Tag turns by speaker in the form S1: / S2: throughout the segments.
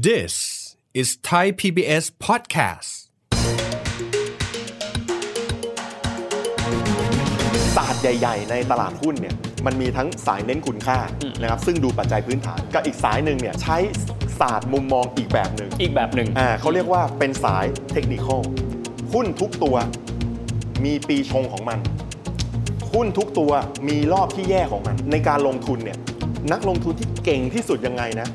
S1: This is Thai PBS podcast
S2: ศาสตร์ใหญ่ ๆ ในตลาดหุ้นเนี่ยมันมีทั้งสายเน้นคุณค่านะครับซึ่งดูปัจจัยพื้นฐานกับอีกสายหนึ่งเนี่ยใช้ศาสตร์มุมมองอีกแบบหนึ่ง
S3: อีกแบบหนึ่ง
S2: อ่าเขาเรียกว่าเป็นสายเทคนิคอลหุ้นทุกตัวมีปีชงของมัน หุ้นทุกตัวมีรอบที่แย่ของมัน ในการลงทุนเนี่ยนักลงทุนที่เก่งที่สุดยังไงนะ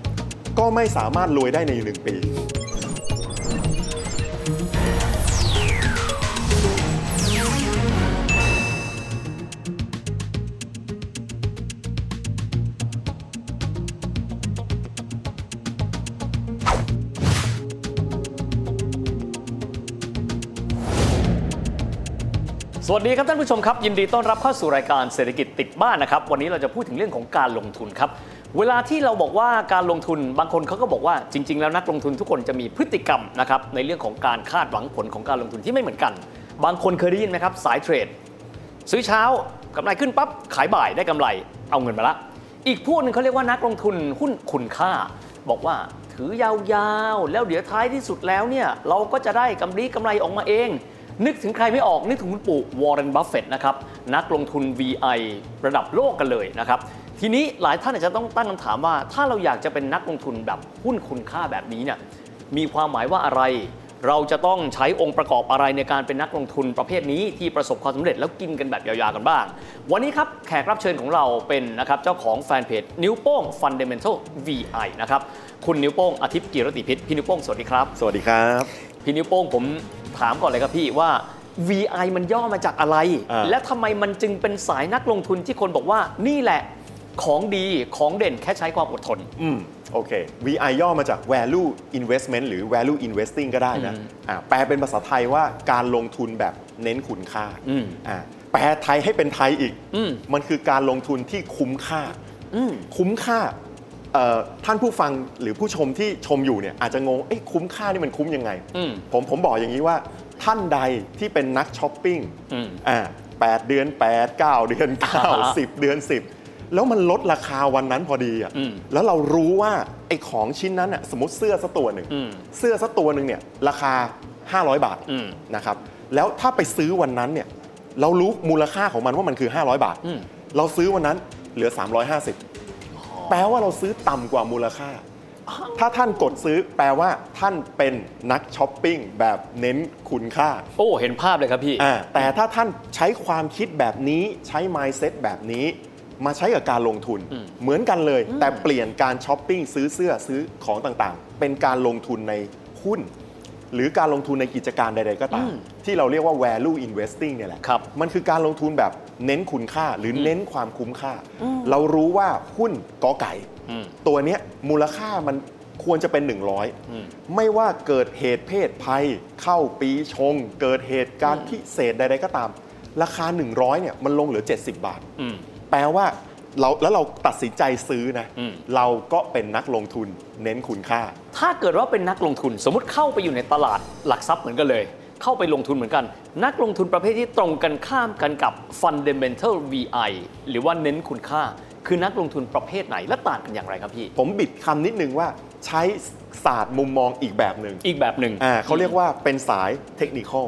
S2: ก็ไม่สามารถรวยได้ในหนึ่งปี
S3: สวัสดีครับท่านผู้ชมครับ ยินดีต้อนรับเข้าสู่รายการเศรษฐกิจติดบ้านนะครับ วันนี้เราจะพูดถึงเรื่องของการลงทุนครับ เวลาที่เราบอกว่าการลงทุนบางคนเขาก็บอกว่าจริง ๆ แล้วนักลงทุนทุกคนจะมีพฤติกรรมนะครับในเรื่องของการคาดหวังผลของการลงทุนที่ไม่เหมือนกัน บางคนเคยได้ยินไหมครับสายเทรด ซื้อเช้ากำไรขึ้นปั๊บขายบ่ายได้กำไรเอาเงินมาละ อีกพวกหนึ่งเขาเรียกว่านักลงทุนหุ้นคุณค่า บอกว่าถือยาวๆ แล้วเดี๋ยวท้ายที่สุดแล้วเนี่ยเราก็จะได้กำไรกำไรออกมาเอง นึกถึงใครไม่ออกนึกถึงคุณปู่วอร์เรนบัฟเฟตนะครับนักลงทุน VI ระดับโลกกันเลยนะครับทีนี้หลายท่านอาจจะต้องตั้งคำถามว่า ถ้าเราอยากจะเป็นนักลงทุนแบบหุ้นคุณค่าแบบนี้เนี่ย มีความหมายว่าอะไร เราจะต้องใช้องค์ประกอบอะไรในการเป็นนักลงทุนประเภทนี้ที่ประสบความสำเร็จแล้วกินกันแบบยาวๆกันบ้าง วันนี้ครับแขกรับเชิญของเราเป็นนะครับเจ้าของแฟนเพจนิ้วโป้ง Fundamental VI นะครับคุณนิ้วโป้งอาทิตย์กิรติพิษพี่นิ้วโป้งสวัสดีครับ
S2: สวัสดีครับ
S3: พี่นิ้วโป้งผมถามก่อนเลยครับพี่ว่า VI มันย่อมาจากอะไร
S2: า
S3: และทำไมมันจึงเป็นสายนักลงทุนที่คนบอกว่านี่แหละของดีของเด่นแค่ใช้ความอดทน
S2: อืมโอเค VI ย่อมาจาก value investment หรือ value investing ก็ได้นะอ่าแปลเป็นภาษาไทยว่าการลงทุนแบบเน้นคุณค่า
S3: อืม
S2: อ่าแปลไทยให้เป็นไทยอีก
S3: อืม
S2: มันคือการลงทุนที่คุ้มค่า
S3: อืม
S2: คุ้มค่าเอ่อท่านผู้ฟังหรือผู้ชมที่ชมอยู่เนี่ยอาจจะงงเอ้คุ้มค่านี่มันคุ้มยังไง
S3: อืม
S2: ผมผมบอกอย่างนี้ว่าท่านใดที่เป็นนักช้อปปิ้ง
S3: อืม
S2: อ่าแปดเดือน 8 9 เดือน
S3: อ่าฮะ
S2: 9 10 เดือน 10 แล้วมันลดราคาวันนั้นพอดีอ่ะ
S3: อืม
S2: แล้วเรารู้ว่าไอ้ของชิ้นนั้นอ่ะสมมติเสื้อสักตัวหนึ่ง
S3: อืม
S2: เสื้อสักตัวหนึ่งเนี่ยราคา 500 บาท
S3: อืม
S2: นะครับแล้วถ้าไปซื้อวันนั้นเนี่ยเรารู้มูลค่าของมันว่ามันคือ 500 บาท
S3: อืม
S2: เราซื้อวันนั้นเหลือ 350 แปลว่าเราซื้อต่ำกว่ามูลค่า ถ้าท่านกดซื้อแปลว่าท่านเป็นนักช้อปปิ้งแบบเน้นคุณค่า
S3: โอ้เห็นภาพเลยครับพี่
S2: อ่าแต่ถ้าท่านใช้ความคิดแบบนี้ใช้ mindset แบบนี้ มาใช้กับการลงทุน
S3: อืม
S2: เหมือนกันเลย แต่เปลี่ยนการช้อปปิ้งซื้อเสื้อซื้อของต่างๆ เป็นการลงทุนในหุ้น หรือการลงทุนในกิจการใด ๆ ก็ตาม ที่เราเรียกว่า value investing เนี่ยแหละ
S3: ครับ
S2: มันคือการลงทุนแบบเน้นคุณค่าหรือเน้นความคุ้มค่า เรารู้ว่าหุ้นกอไก่
S3: อืม
S2: ตัวเนี้ยมูลค่ามันควรจะเป็น
S3: อืม
S2: 100 ไม่ว่าเกิดเหตุเพศภัย เข้าปีชง เกิดเหตุการณ์พิเศษใด ๆ ก็ตาม ราคา 100เนี่ยมันลงเหลือ 70 บาท
S3: อืม
S2: แปลว่าเราแล้วเราตัดสินใจซื้อนะ
S3: อืม
S2: เราก็เป็นนักลงทุนเน้นคุณค่า
S3: ถ้าเกิดว่าเป็นนักลงทุนสมมติเข้าไปอยู่ในตลาดหลักทรัพย์เหมือนกันเลย เข้าไปลงทุนเหมือนกัน นักลงทุนประเภทที่ตรงกันข้ามกันกับ fundamental VI หรือว่าเน้นคุณค่า คือนักลงทุนประเภทไหนและต่างกันอย่างไรครับพี่
S2: ผมบิดคำนิดนึงว่าใช้ศาสตร์มุมมองอีกแบบหนึ่ง
S3: อีกแบบหนึ่ง
S2: อ่าเขาเรียกว่าเป็นสายเทคนิคอล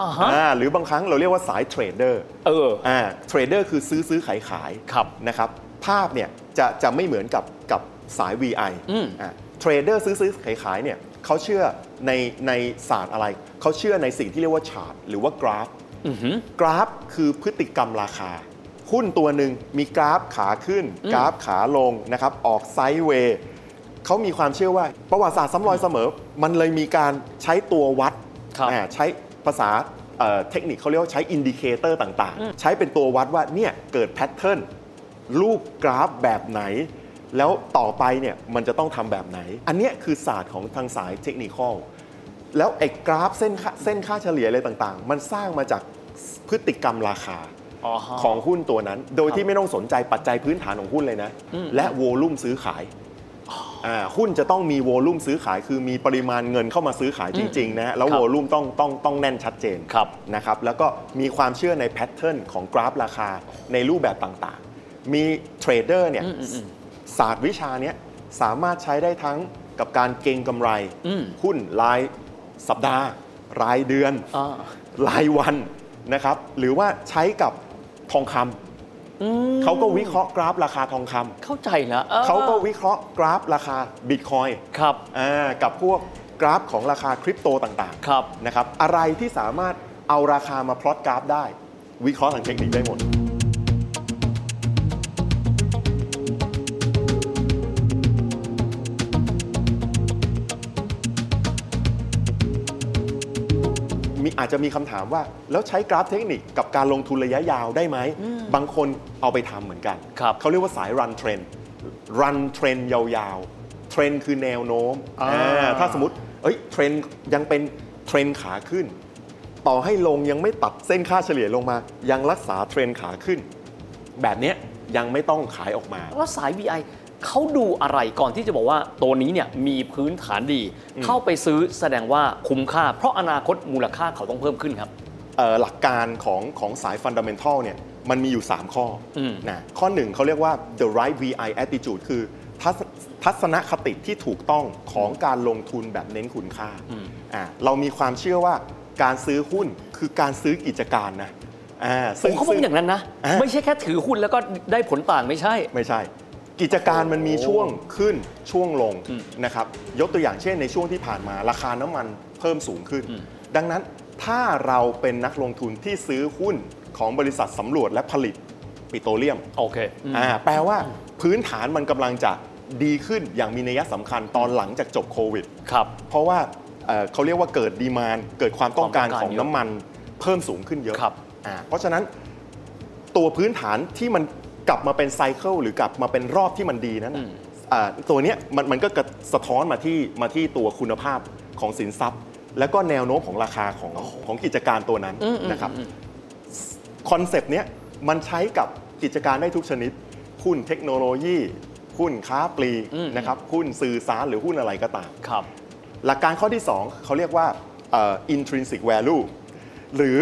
S3: อ่าฮะ
S2: อ่าหรือบางครั้งเราเรียกว่าสายเทรดเดอร์
S3: เออ
S2: อ่าเทรดเดอร์คือซื้อซื้อขายขาย
S3: ครับ
S2: นะครับ ภาพเนี่ยจะจะไม่เหมือนกับกับสาย VI
S3: อืม
S2: อ่าเทรดเดอร์ซื้อซื้อขายขายเนี่ยเขาเชื่อในในศาสตร์อะไร เขาเชื่อในสิ่งที่เรียกว่าชาร์ตหรือว่ากราฟ
S3: อือหือ
S2: กราฟคือพฤติกรรมราคา หุ้นตัวหนึ่งมีกราฟขาขึ้น
S3: อืม
S2: กราฟขาลงนะครับ ออกไซด์เวย์เขามีความเชื่อว่าประวัติศาสตร์ซ้ำรอยเสมอ มันเลยมีการใช้ตัววัด
S3: ครับ
S2: อ่าใช้ภาษาเอ่อเทคนิคเขาเรียกว่าใช้อินดิเคเตอร์ต่างๆ ใช้เป็นตัววัดว่าเนี่ยเกิดแพทเทิร์นรูปกราฟแบบไหน แล้วต่อไปเนี่ยมันจะต้องทำแบบไหน อันเนี้ยคือศาสตร์ของทางสายเทคนิคอล แล้วไอ้กราฟเส้นค่าเส้นค่าเฉลี่ยอะไรต่างๆ มันสร้างมาจากพฤติกรรมราคา
S3: อ๋อฮะ
S2: ของหุ้นตัวนั้น โดย
S3: ครับ
S2: ที่ไม่ต้องสนใจปัจจัยพื้นฐานของหุ้นเลยนะ
S3: อืม
S2: และโวลุ่มซื้อขายาหุ้นจะต้องมีโวลุ่มซื้อขาย คือมีปริมาณเงินเข้ามาซื้อขายจริงๆนะฮะแล้ว
S3: ครับ
S2: โวลุ่มต้องต้องต้องแน่นชัดเจน
S3: ครับ
S2: นะครับ แล้วก็มีความเชื่อในแพทเทิร์นของกราฟราคาในรูปแบบต่างๆ มีเทรดเดอร์เนี่ย ศาสตร์วิชาเนี้ยสามารถใช้ได้ทั้ง กับการเก็งกำไร
S3: อืม
S2: หุ้นรายสัปดาห์ รายเดือน
S3: อ่าร
S2: ายวันนะครับ หรือว่าใช้กับทองค
S3: อืม
S2: ำเขาก็วิเคราะห์กราฟราคาทองค
S3: เข้าใจแล้วออ
S2: ำเขาก็วิเคราะห์กราฟราคาบิตคอยน์
S3: ครับ
S2: อ่ากับพวกกราฟของราคาคริปโตต่าง
S3: ครับ
S2: ๆนะครับอะไรที่สามารถเอาราคามาพลอตกราฟได้ วิเคราะห์ทางเทคนิคได้หมด มีอาจจะมีคำถามว่า แล้วใช้กราฟเทคนิคกับการลงทุนระยะยาวได้ไหม บางคนเอาไปทำเหมือนกัน
S3: ครับ
S2: เขาเรียกว่าสายรันเทรนรันเทรนยาวๆ เทรนคือแนวโน้ม
S3: อ่า
S2: อ่าถ้าสมมติเอ้ยเทรนยังเป็นเทรนขาขึ้น ต่อให้ลงยังไม่ตัดเส้นค่าเฉลี่ยลงมา ยังรักษาเทรนขาขึ้น แบบเนี้ยยังไม่ต้องขายออกมา
S3: แล้วสาย VI เขาดูอะไรก่อนที่จะบอกว่าตัวนี้เนี่ยมีพื้นฐานดี เข้าไปซื้อแสดงว่าคุ้มค่า เพราะอนาคตมูลค่าเขาต้องเพิ่มขึ้นครับ
S2: เอ่อหลักการของของสายฟันดัมเบลทัลเนี่ยมันมีอยู่ 3 ข้ออ
S3: ม
S2: นะข้อหนึ่งเขาเรียกว่า the right VI attitude คือทัศทัศนคติที่ถูกต้องของการลงทุนแบบเน้นคุณค่าอ่าเรามีความเชื่อว่าการซื้อหุ้นคือการซื้อกิจการนะอ่า
S3: ผมเขาบอก
S2: ซึ่
S3: อย่างนั้นนะ
S2: อ่ะ
S3: ไม่ใช่แค่ถือหุ้นแล้วก็ได้ผลต่างไม่ใช่
S2: ไม่ใช่ กิจการมันมีช่วงขึ้นช่วงลง
S3: อืม
S2: นะครับยกตัวอย่างเช่นในช่วงที่ผ่านมาราคาน้ำมันเพิ่มสูงขึ้น
S3: อืม
S2: ดังนั้นถ้าเราเป็นนักลงทุนที่ซื้อหุ้นของบริษัทสำรวจและผลิตปิโตรเลียม
S3: โอเคอืม
S2: อ่าแปลว่าพื้นฐานมันกำลังจะดีขึ้นอย่างมีนัยสำคัญตอนหลังจากจบโควิด
S3: ครับ
S2: เพราะว่าเอ่อเขาเรียกว่าเกิดดีมานเกิดความต้องการ
S3: ความต้องการ
S2: ของน้ำมันเพิ่มสูงขึ้นเยอะ
S3: ครับ
S2: อ่าเพราะฉะนั้นตัวพื้นฐานที่มันกลับมาเป็นไซเคิลหรือกลับมาเป็นรอบที่มันดีนั้นน่ะ
S3: อืม
S2: อ่าตัวเนี้ยมันมันก็กระสะท้อนมาที่มาที่ตัวคุณภาพของสินทรัพย์ แล้วก็แนวโน้มของราคาของของกิจการตัวนั้นนะครับ คอนเซปต์เนี้ยมันใช้กับกิจการได้ทุกชนิด หุ้นเทคโนโลยี หุ้นค้าปลีก
S3: อืม
S2: นะครับหุ้นสื่อสารหรือหุ้นอะไรก็ตาม
S3: ครับ
S2: หลักการข้อที่ 2 เขาเรียกว่าเอ่อ intrinsic value หรือ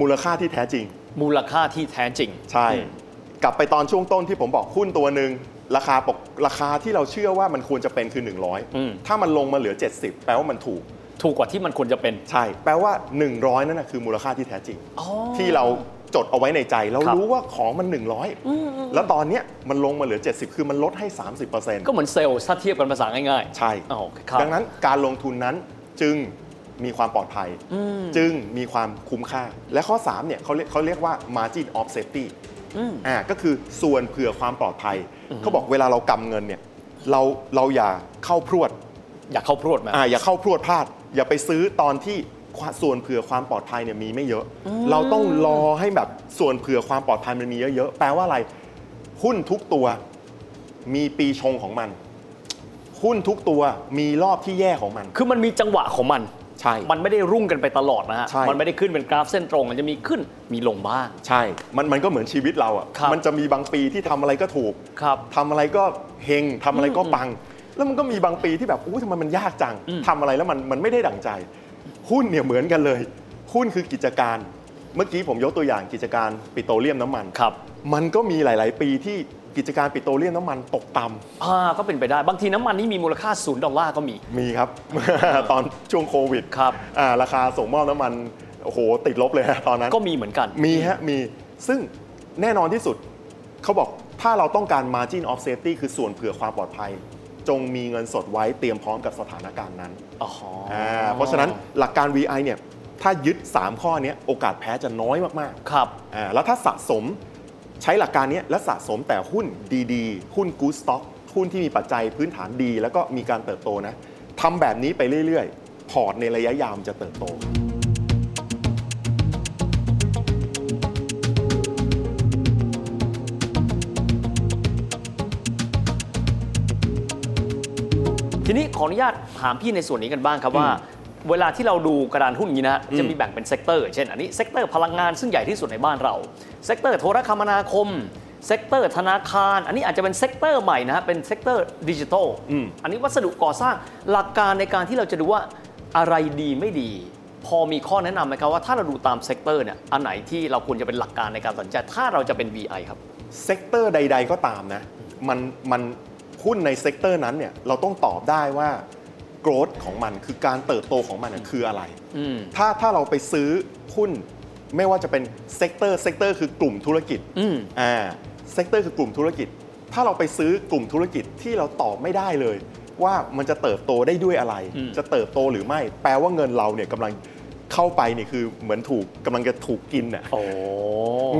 S2: มูลค่าที่แท้จริง
S3: มูลค่าที่แท้จริง
S2: ใช่ กลับไปตอนช่วงต้นที่ผมบอกหุ้นตัวหนึ่งราคาปกราคาที่เราเชื่อว่ามันควรจะเป็นคือ
S3: อืม
S2: 100 ถ้ามันลงมาเหลือ 70 แปลว่ามันถูก
S3: ถูกกว่าที่มันควรจะเป็น
S2: ใช่ แปลว่า 100 นั่นนะคือมูลค่าที่แท้จริง
S3: อ๋อ
S2: ที่เราจดเอาไว้ในใจ เรา
S3: ครับ
S2: รู้ว่าของมัน 100 แล้วตอนเนี้ยมันลงมาเหลือ 70 คือมันลดให้ 30%
S3: ก็เหมือนเซลล์ถ้าเทียบกันภาษาง่ายๆ
S2: ใช่
S3: อ๋อครับ
S2: ดังนั้นการลงทุนนั้นจึงมีความปลอดภัย จึงมีความคุ้มค่า และข้อ 3 เนี่ยเขาเรียกเขาเรียกว่า margin of safety
S3: อืม
S2: อ่าก็คือส่วนเผื่อความปลอดภัย เขาบอกเวลาเรากำเงินเนี่ยเราเราอย่าเข้าพรวด
S3: อยากเข้าพรวดไหม
S2: อ่าอย่าเข้าพรวดพลาด อย่าไปซื้อตอนที่ความส่วนเผื่อความปลอดภัยเนี่ยมีไม่เยอะ เราต้องรอให้แบบส่วนเผื่อความปลอดภัยมันมีเยอะๆแปลว่าอะไร หุ้นทุกตัวมีปีชงของมัน หุ้นทุกตัวมีรอบที่แย่ของมัน
S3: คือมันมีจังหวะของมัน
S2: ใช่
S3: มันไม่ได้รุ่งกันไปตลอดนะฮะ
S2: ใช่
S3: มันไม่ได้ขึ้นเป็นกราฟเส้นตรง มันจะมีขึ้น มีลงบ้าง
S2: ใช่ มันมันก็เหมือนชีวิตเราอะ
S3: ครับ
S2: มันจะมีบางปีที่ทำอะไรก็ถูก
S3: ครับ
S2: ทำอะไรก็เฮงทำอะไรก็ปัง แล้วมันก็มีบางปีที่แบบอู้ทำไมมันยากจังทำอะไรแล้วมันมันไม่ได้ดั่งใจ หุ้นเนี่ยเหมือนกันเลย หุ้นคือกิจการ เมื่อกี้ผมยกตัวอย่างกิจการปิโตรเลียมน้ำมัน
S3: ครับ
S2: มันก็มีหลาย ๆ ปีที่กิจการปิโตรเลียมน้ำมันตกต่ำ
S3: อ่าก็เป็นไปได้ บางทีน้ำมันนี่มีมูลค่าศูนย์ดอลลาร์ก็มี
S2: มีครับ ตอนช่วงโควิด
S3: ครับ
S2: อ่าราคาส่งมอบน้ำมันโอ้โหติดลบเลยฮะตอนนั้น
S3: ก็มีเหมือนกัน
S2: มีฮะ มีซึ่งแน่นอนที่สุดเขาบอกถ้าเราต้องการ margin of safety คือส่วนเผื่อความปลอดภัย จงมีเงินสดไว้เตรียมพร้อมกับสถานการณ์นั้น
S3: อ๋ออา
S2: เพราะฉะนั้นหลักการ VI เนี่ยถ้ายึด 3 ข้อเนี้ยโอกาสแพ้จะน้อยมาก
S3: ครับ
S2: ๆอ่าแล้วถ้าสะสมใช้หลักการเนี้ยและสะสมแต่หุ้นดีๆ หุ้น good stock หุ้นที่มีปัจจัยพื้นฐานดี แล้วก็มีการเติบโตนะทำแบบนี้ไปเรื่อยๆ พอร์ตในระยะยาวมันจะเติบโต
S3: ทีนี้ขออนุญาตถามพี่ในส่วนนี้กันบ้างครับว่า เวลาที่เราดูกระดานหุ้นอย่างนี้นะฮะจะมีแบ่งเป็นเซกเตอร์ เช่นอันนี้เซกเตอร์พลังงานซึ่งใหญ่ที่สุดในบ้านเรา เซกเตอร์โทรคมนาคม เซกเตอร์ธนาคาร อันนี้อาจจะเป็นเซกเตอร์ใหม่นะฮะเป็นเซกเตอร์ดิจิทัล
S2: อืม
S3: อันนี้วัสดุก่อสร้างหลักการในการที่เราจะดูว่าอะไรดีไม่ดี พอมีข้อแนะนำไหมครับว่าถ้าเราดูตามเซกเตอร์เนี่ยอันไหนที่เราควรจะเป็นหลักการในการตัดสินใจถ้าเราจะเป็น VI ครับ
S2: เซกเตอร์ใด ๆ ก็ตามนะ มันมัน หุ้นในเซกเตอร์นั้นเนี่ยเราต้องตอบได้ว่า growth ของมันคือการเติบโตของมันน่ะคืออะไร
S3: อืม
S2: ถ้าถ้าเราไปซื้อหุ้นไม่ว่าจะเป็นเซกเตอร์เซกเตอร์คือกลุ่มธุรกิจ
S3: อืม
S2: อ่าเซกเตอร์คือกลุ่มธุรกิจ ถ้าเราไปซื้อกลุ่มธุรกิจที่เราตอบไม่ได้เลย ว่ามันจะเติบโตได้ด้วยอะไร จะเติบโตหรือไม่ แปลว่าเงินเราเนี่ยกำลังเข้าไปเนี่ยคือเหมือนถูกกำลังจะถูกกินน่ะ
S3: โอ้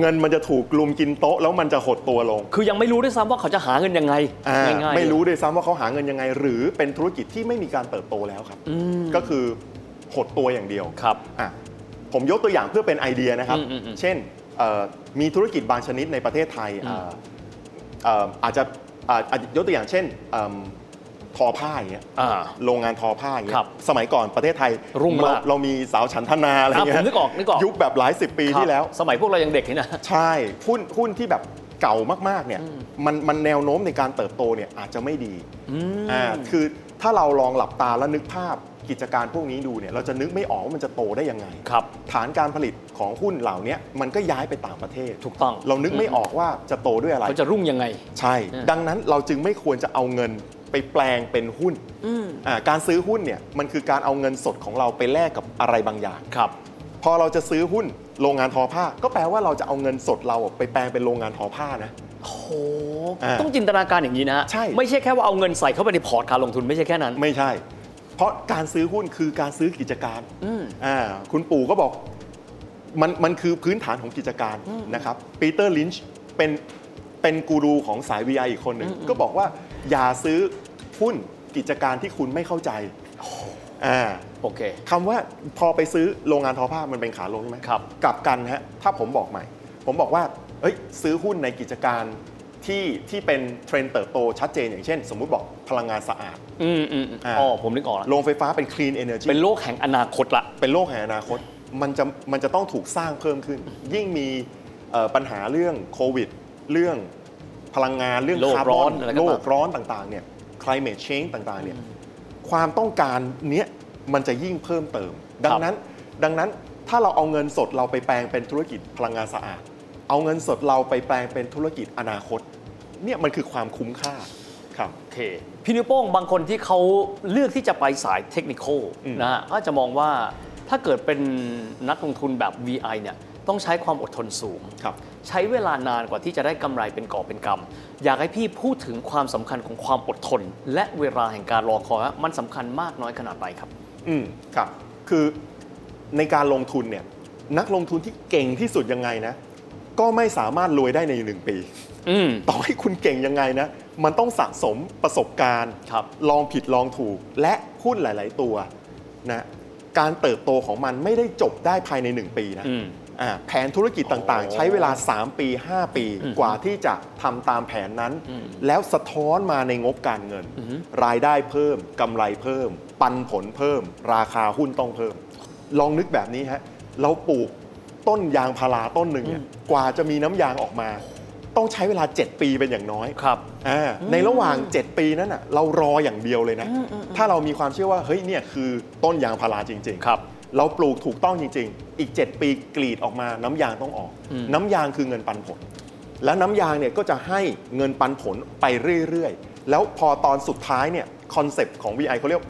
S2: เงินมันจะถูกลุมกินโต๊ะ แล้วมันจะหดตัวลง
S3: คือยังไม่รู้ด้วยซ้ำว่าเขาจะหาเงินยังไง
S2: อ่า
S3: ง่ายๆ
S2: ไม่รู้ด้วยซ้ำว่าเขาหาเงินยังไง หรือเป็นธุรกิจที่ไม่มีการเติบโตแล้วครับ
S3: อืม
S2: ก็คือหดตัวอย่างเดียว
S3: ครับ
S2: อ่ะผมยกตัวอย่างเพื่อเป็นไอเดียนะครับ
S3: อืมอืมอืม
S2: เช่นเอ่อมีธุรกิจบางชนิดในประเทศไทยอ่าเอ่ออาจจะอ่าอาจจะยกตัวอย่างเช่นเอิ่มทอผ้าอย่างเงี้ย
S3: อ่า
S2: โรงงานทอผ้าอย่างเงี้
S3: ครั
S2: ย
S3: บ
S2: สมัยก่อนประเทศไทย
S3: รุ่งมาก
S2: เเรามีสาวฉันทนาอะไรเงี้
S3: อ่ะ
S2: ย
S3: ผมนึกออกนึกออก
S2: ยุคแบบหลายสิบปีที่แล้ว
S3: ครับสมัยพวกเรายังเด็กนี่นะ
S2: ใช่ หุ้นหุ้นที่แบบเก่ามากๆเนี่ยมันมันแนวโน้มในการเติบโตเนี่ยอาจจะไม่ดีอ่าคือถ้าเราลองหลับตาแล้วนึกภาพกิจการพวกนี้ดูเนี่ยเราจะนึกไม่ออกว่ามันจะโตได้ยังไง
S3: ครับ
S2: ฐานการผลิตของหุ้นเหล่าเนี้ยมันก็ย้ายไปต่างประเทศ
S3: ถูกต้อง
S2: เรานึกไม่ออกว่าจะโตด้วยอะไร
S3: เขาจะรุ่งยังไง
S2: ใช่
S3: อืม
S2: ดังนั้นเราจึงไม่ควรจะเอาเงินไปแปลงเป็นหุ้นอ่าการซื้อหุ้นเนี่ยมันคือการเอาเงินสดของเราไปแลกกับอะไรบางอย่าง
S3: ครับ
S2: พอเราจะซื้อหุ้นโรงงานทอผ้า ก็แปลว่าเราจะเอาเงินสดเราอ่ะไปแปลงเป็นโรงงานทอผ้านะ
S3: โห
S2: อ่า
S3: ต้องจินตนาการอย่างนี้นะฮะ
S2: ใช่
S3: ไม่ใช่แค่ว่าเอาเงินใส่เข้าไปในพอร์ตการลงทุนไม่ใช่แค่นั้น
S2: ไม่ใช่ เพราะการซื้อหุ้นคือการซื้อกิจการ
S3: อืม
S2: อ่าคุณปู่ก็บอกมันมันคือพื้นฐานของกิจการนะครับปีเตอร์ลินช์เป็นเป็นกูรูของสาย VI อีกคนหนึ่งก็บอกว่าอย่าซื้อหุ้นกิจการที่คุณไม่เข้าใจอ่า
S3: โอเค
S2: คำว่าพอไปซื้อโรงงานทอผ้ามันเป็นขาลงใช่ไหม
S3: ครับ
S2: กลับกันฮะถ้าผมบอกใหม่ ผมบอกว่าเอ้ยซื้อหุ้นในกิจการที่ที่เป็นเทรนด์เติบโตชัดเจนอย่างเช่น สมมุติบอกพลังงานสะอาด
S3: อืมอืมอืม
S2: อ่า
S3: อ๋อ ผมนึกออกแล้ว
S2: โรงไฟฟ้าเป็น clean energy
S3: เป็นโลกแห่งอนาคตละ
S2: เป็นโลกแห่งอนาคต มันจะมันจะต้องถูกสร้างเพิ่มขึ้น ยิ่งมีเอ่อปัญหาเรื่องโควิด เรื่องพลังงานเรื่อง
S3: โลก
S2: คาร์
S3: ร้
S2: บ
S3: อ
S2: อน น
S3: อะไรก็ตาม
S2: โลกร้อนต่างๆเนี่ย climate change ต่างๆเนี่ยความต้องการเนี้ยมันจะยิ่งเพิ่มเติม ดังนั้นดังนั้นถ้าเราเอาเงินสดเราไปแปลงเป็นธุรกิจพลังงานสะอาด เอาเงินสดเราไปแปลงเป็นธุรกิจอนาคตเนี่ยมันคือความคุ้มค่าครับ
S3: โอเคพี่นิ้วโป้งบางคนที่เขาเลือกที่จะไปสายเทคนิคอล
S2: อืม
S3: นะฮะก็จะมองว่าถ้าเกิดเป็นนักลงทุนแบบ VI เนี่ยต้องใช้ความอดทนสูง
S2: ครับ
S3: ใช้เวลานานกว่าที่จะได้กำไรเป็นกอบเป็นกำอยากให้พี่พูดถึงความสำคัญของความอดทน และเวลาแห่งการรอคอยว่ามันสำคัญมากน้อยขนาดไหนครับ
S2: อืมครับ คือในการลงทุนเนี่ยนักลงทุนที่เก่งที่สุดยังไงนะ ก็ไม่สามารถรวยได้ในหนึ่งปี
S3: อืม
S2: ต่อให้คุณเก่งยังไงนะ มันต้องสะสมประสบการณ์
S3: ครับ
S2: ลองผิดลองถูก และหุ้นหลาย ๆ ตัวนะการเติบโตของมันไม่ได้จบได้ภายใน 1 ปีนะ
S3: อืม
S2: อ่าแผนธุรกิจต่าง ๆ ใช้เวลา 3 ปี 5 ปี กว่าที่จะทำตามแผนนั้น แล้วสะท้อนมาในงบการเงิน รายได้เพิ่มกำไรเพิ่ม ปันผลเพิ่ม ราคาหุ้นต้องเพิ่ม ลองนึกแบบนี้ฮะเราปลูกต้นยางพาราต้นหนึ่งเนี่ยกว่าจะมีน้ำยางออกมา ต้องใช้เวลา 7 ปีเป็นอย่างน้อย
S3: ครับ
S2: อ่าในระหว่าง 7 ปีนั้นน่ะเรารออย่างเดียวเลยนะ ถ้าเรามีความเชื่อว่าเฮ้ยเนี่ยคือต้นยางพาราจริง ๆ
S3: ครับ
S2: เราปลูกถูกต้องจริง ๆ อีก 7 ปีกรีดออกมาน้ำยางต้องออก น้ำยางคือเงินปันผล แล้วน้ำยางเนี่ยก็จะให้เงินปันผลไปเรื่อย ๆ แล้วพอตอนสุดท้ายเนี่ยคอนเซปต์ของ VI เขาเรียก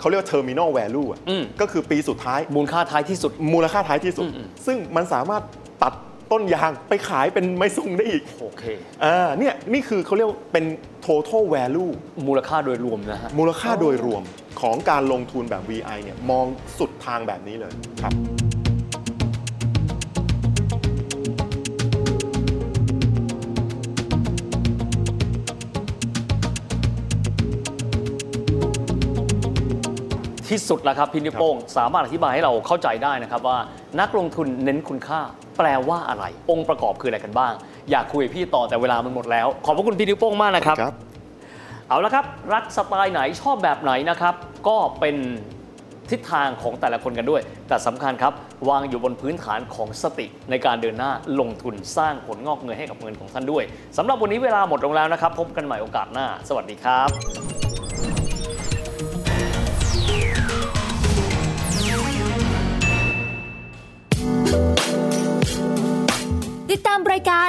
S2: เขาเรียก terminal value อะ
S3: อืม
S2: ก็คือปีสุดท้าย
S3: มูลค่าท้ายที่สุด
S2: มูลค่าท้ายที่สุด ซึ่งมันสามารถตัดต้นยางไปขายเป็นไม้ซุงได้อีก
S3: โอเค
S2: อ่าเนี่ยนี่คือเขาเรียกว่าเป็น total value
S3: มูลค่าโดยรวมนะฮะ
S2: มูลค่าโดยรวมของการลงทุนแบบ VI เนี่ยมองสุดทางแบบนี้เลยครับ
S3: ที่สุดแล้วครับพี่นิวโป้งสามารถอธิบายให้เราเข้าใจได้นะครับว่านักลงทุนเน้นคุณค่า แปลว่าอะไร องค์ประกอบคืออะไรกันบ้าง อยากคุยกับพี่ต่อแต่เวลามันหมดแล้ว ขอบพระคุณพี่นิวโป้งมากนะครับ เอาละครับรักสไตล์ไหนชอบแบบไหนนะครับ ก็เป็นทิศทางของแต่ละคนกันด้วย แต่สำคัญครับ วางอยู่บนพื้นฐานของสติในการเดินหน้าลงทุนสร้างผลงอกเงยให้กับเงินของท่านด้วยสำหรับวันนี้เวลาหมดลงแล้วนะครับ พบกันใหม่โอกาสหน้า สวัสดีครับ
S4: ติดตามรายการ